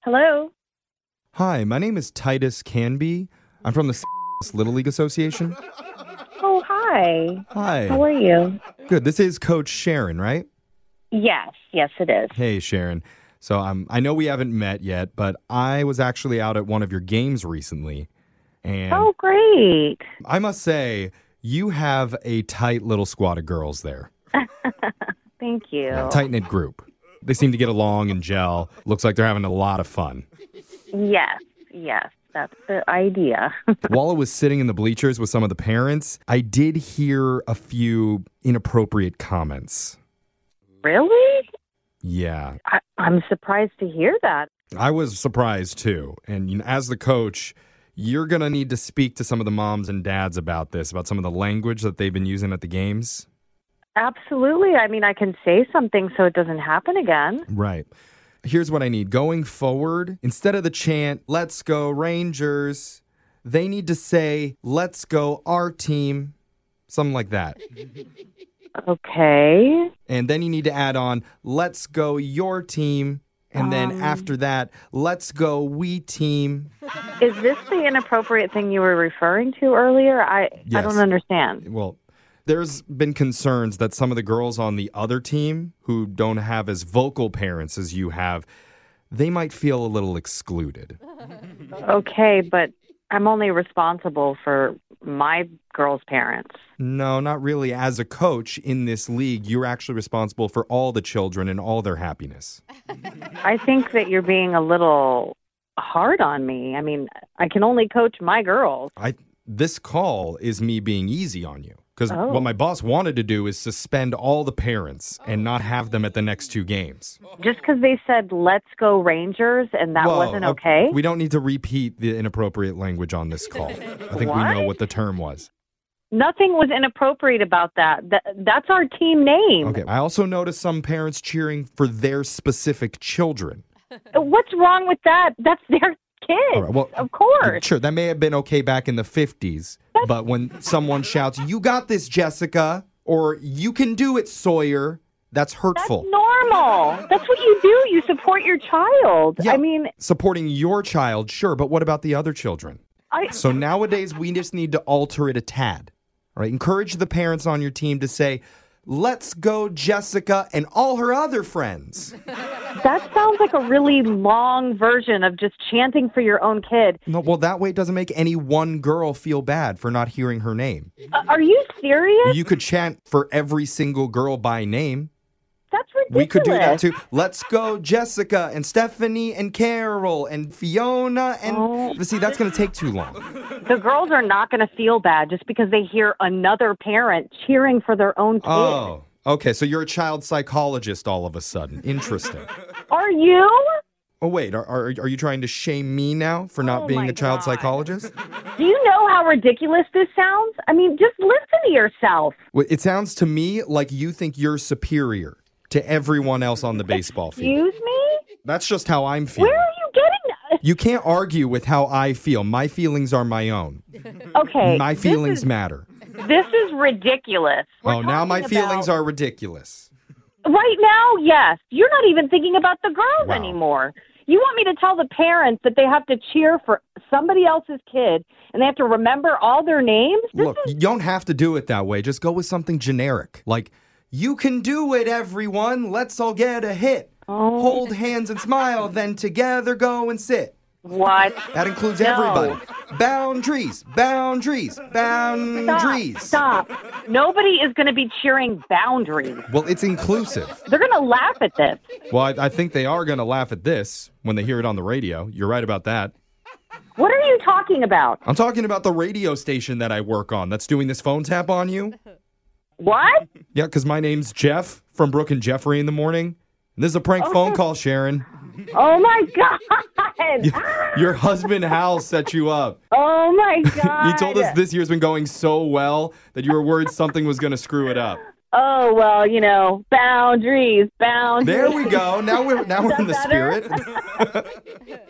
Hello. Hi, my name is Titus Canby. I'm from the Little League Association. Oh, hi. How Hi. are you? Good. This is Coach Sharon, right? Yes, yes, it is. Hey, Sharon. So um, I know we haven't met yet, but I was actually out at one of your games recently. And Oh, great. I must say, you have a tight little squad of girls there. Thank you. Tight knit group. They seem to get along and gel. Looks like they're having a lot of fun. Yes, yes, that's the idea. While I was sitting in the bleachers with some of the parents, I did hear a few inappropriate comments. really? Yeah, I, I'm surprised to hear that. I was surprised too. And you know, as the coach, you're going to need to speak to some of the moms and dads about this, about some of the language that they've been using at the games. Absolutely. I mean, I can say something so it doesn't happen again. Right. Here's what I need going forward instead of the chant, let's go Rangers, they need to say, let's go our team, something like that. Okay. And then you need to add on, let's go your team. And then after that, let's go we team. Is this the inappropriate thing you were referring to earlier? I I Yes. don't understand. Well, there's been concerns that some of the girls on the other team who don't have as vocal parents as you have, they might feel a little excluded. Okay, but I'm only responsible for my girl's parents. No, not really. As a coach in this league, you're actually responsible for all the children and all their happiness. I think that you're being a little hard on me. I mean, I can only coach my girls. I this call is me being easy on you because Oh. what my boss wanted to do is suspend all the parents and not have them at the next two games. Just because they said, let's go Rangers, and that Oh. Whoa, wasn't uh, okay. We don't need to repeat the inappropriate language on this call. I think we know What? what the term was. Nothing was inappropriate about that. Th- that's our team name. Okay. I also noticed some parents cheering for their specific children. What's wrong with that? That's their kid. All right, well, of course. Sure, that may have been okay back in the 50s, but when someone shouts, "You got this, Jessica," or "You can do it, Sawyer," that's hurtful. Normal. That's what you do. You support your child. Yeah. I mean, Supporting your child, sure, but what about the other children? I, So nowadays, we just need to alter it a tad. All right, encourage the parents on your team to say, "Let's go, Jessica," and all her other friends. that sounds like a really long version of just chanting for your own kid. No, well, that way it doesn't make any one girl feel bad for not hearing her name. Uh, are you serious? You could chant for every single girl by name. That's ridiculous. We could do that too. Let's go, Jessica and Stephanie and Carol and Fiona and. Oh. But see, that's going to take too long. The girls are not going to feel bad just because they hear another parent cheering for their own kid. Oh, okay. So you're a child psychologist all of a sudden. Interesting. Are you? Oh, wait. Are, are, are you trying to shame me now for not Oh being my a child God. psychologist? Do you know how ridiculous this sounds? I mean, just listen to yourself. Well, It sounds to me like you think you're superior to everyone else on the baseball field. Excuse me? That's just how I'm feeling. Where are you getting You can't argue with how I feel. My feelings are my own. that? Okay. My feelings matter. This is ridiculous. We're Oh, now my talking feelings about- are ridiculous. Right now, yes. You're not even thinking about the girls Wow. anymore. You want me to tell the parents that they have to cheer for somebody else's kid and they have to remember all their names? This Look, you don't have to do it that way. Just go with something generic. Like, you can do it, everyone. Let's all get a hit. Oh. Hold hands and smile, then together go and sit. What? That includes No. everybody. Boundaries, boundaries, boundaries. Stop. Stop. Nobody is going to be cheering boundaries. Well, it's inclusive. They're going to laugh at this. Well, I, I think they are going to laugh at this when they hear it on the radio. You're right about that. What are you talking about? I'm talking about the radio station that I work on that's doing this phone tap on you. What? Yeah, because my name's Jeff from Brooke and Jeffrey in the morning. And this is a prank phone call, Sharon. Oh my God. Your husband Hal set you up. Oh my God. You told us this year's been going so well that you were worried something was going to screw it up. Oh, well, you know, boundaries, boundaries. There we go. Now we're now we're in the Is that spirit.